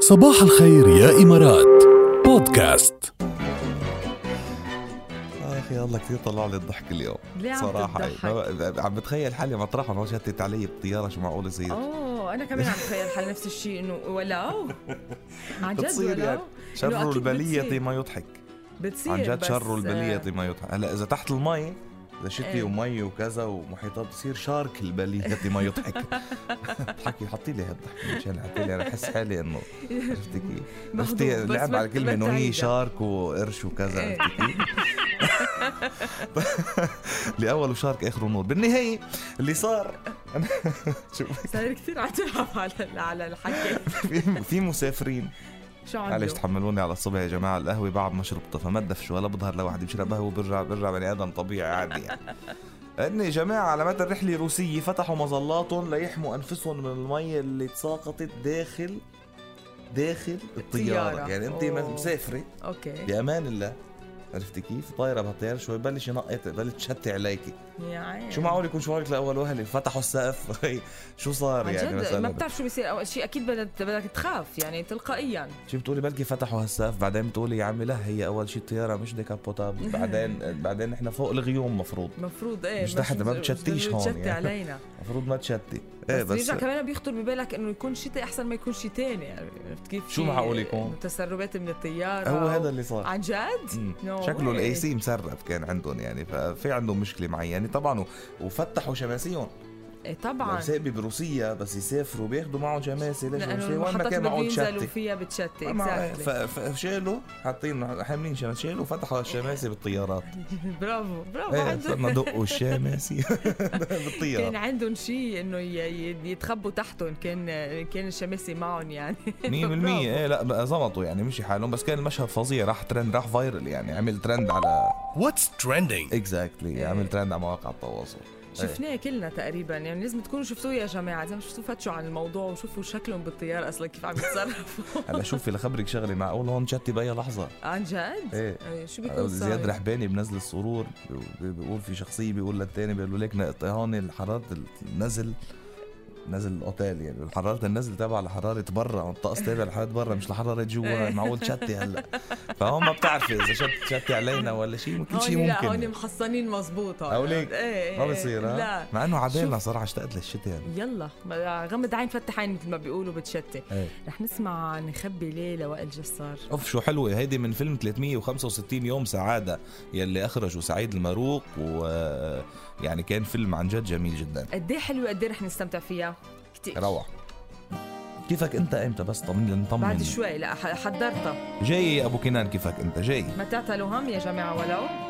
صباح الخير يا إمارات بودكاست اخي آه الله كثير طلع لي الضحك اليوم ليه عم صراحه تضحك؟ ما- عم بتخيل حالي مطرح ما شتت علي بطياره شو معقول يصير اوه انا كمان عم بتخيل حالي نفس الشيء انه ولو عن جد بتصير ولو يعني شر أكيد البلية بتصير. ما يضحك بتصير عن جد بس- آه. شر البلية ما يضحك هلا اذا تحت المي اذا شتي إيه. ومي وكذا ومحيطات بصير شارك البلية ما يضحك ضحكي حطي لي هالضحكه مشان حطي لي انا احس حالي انه عرفتي كيف مهضوم، عرفتي بس لعب ما- على الكلمه ما انه تعيدها. هي شارك وقرش وكذا إيه. عرفتي كيف لاول وشارك اخر نور بالنهايه اللي صار شوف صار كثير عم تلعب على على الحكي في في مسافرين شو عنده؟ معلش تحملوني على الصبح يا جماعه القهوه بعد ما شربتها فما تدفش ولا بظهر لوحدي بشرب قهوه برجع برجع بني ادم طبيعي عادي يعني اني جماعه على مدى الرحله روسيه فتحوا مظلاتهم ليحموا انفسهم من المي اللي تساقطت داخل داخل الطياره الطيارة. يعني انت أوه. مسافره اوكي بامان الله عرفتي كيف طايره بهالطياره شوي بلش ينقط بلش تشتي عليكي يا عيني شو معقول يكون شعورك لاول وهله فتحوا السقف هي شو صار عن يعني جد ما مثلا بتعرف شو بيصير اول شيء اكيد بدك بدك تخاف يعني تلقائيا شو بتقولي بلكي فتحوا هالسقف بعدين بتقولي يا عمي لا هي اول شيء الطياره مش ديكابوتابل بعدين بعدين احنا فوق الغيوم مفروض مفروض ايه مش تحت، ما بتشتيش هون بتشتي يعني. علينا مفروض ما تشتي إيه، بس, بيرجع كمان بيخطر ببالك انه يكون شتاء احسن ما يكون شيء ثاني يعني عرفت كيف شو في معقول يكون؟ تسربات من الطياره هو هذا و- اللي صار عن جد؟ مم. No شكله way. الاي سي مسرب كان عندهم يعني ففي عندهم مشكله معينه طبعا و- وفتحوا شماسيهم إيه طبعا مسابي بروسيا بس يسافروا بياخذوا معهم شماسي ليش شماسي؟ لانه وين ما المحطات كان اللي معهم بينزلوا تشتي فيها بتشتت ما- ف- اكزاكتلي ف- شالوا حاطين حاملين شماسي شالوا فتحوا الشماسي بالطيارات برافو برافو ايه عن جد. صرنا دقوا الشماسي كان بالطيارة عندهم شيء انه ي- ي- يتخبوا تحتهم كان كان الشماسي معهم يعني 100% ايه لا بقى زبطوا يعني مشي حالهم بس كان المشهد فظيع راح ترند راح فايرل يعني عمل ترند على What's trending اكزاكتلي عمل ترند على مواقع التواصل شفناه كلنا تقريبا يعني لازم تكونوا شفتوه يا جماعه اذا ما شفتوه فتشوا عن الموضوع وشوفوا شكلهم بالطياره اصلا كيف عم يتصرفوا هلا شوفي لخبرك شغله معقول هون شتي بأي لحظه عن جد؟ إيه. يعني شو بيكون زياد صار؟ رحباني بنزل السرور بي- بيقول في شخصيه بيقول للثاني بيقول له لك نقط- هون حراره النزل نزل الاوتيل يعني حراره النزل تبع لحراره برا الطقس تابع لحراره برا مش لحراره جوا معقول شتي هلا فهون ما بتعرفي اذا شت شتي علينا ولا شيء كل شيء هون ممكن لا يعني. هون محصنين مزبوط هون. حواليك إيه، ما إيه، بصير لا ها مع انه عبالنا شوف. صراحه اشتقت للشتاء يعني يلا ما- غمض عين فتح عين مثل ما بيقولوا بتشتي إيه. رح نسمع عن نخبي ليه لوائل الجسار اوف شو حلوه هيدي من فيلم 365 يوم سعاده يلي اخرجه سعيد الماروق و يعني كان فيلم عن جد جميل جدا قد ايه حلوه قد ايه رح نستمتع فيها كتير روعه كيفك انت امتى بس طمني نطمن بعد شوي لا ح- حضرتها جاي يا ابو كنان كيفك انت جاي ما تعتلوا هم يا جماعه ولو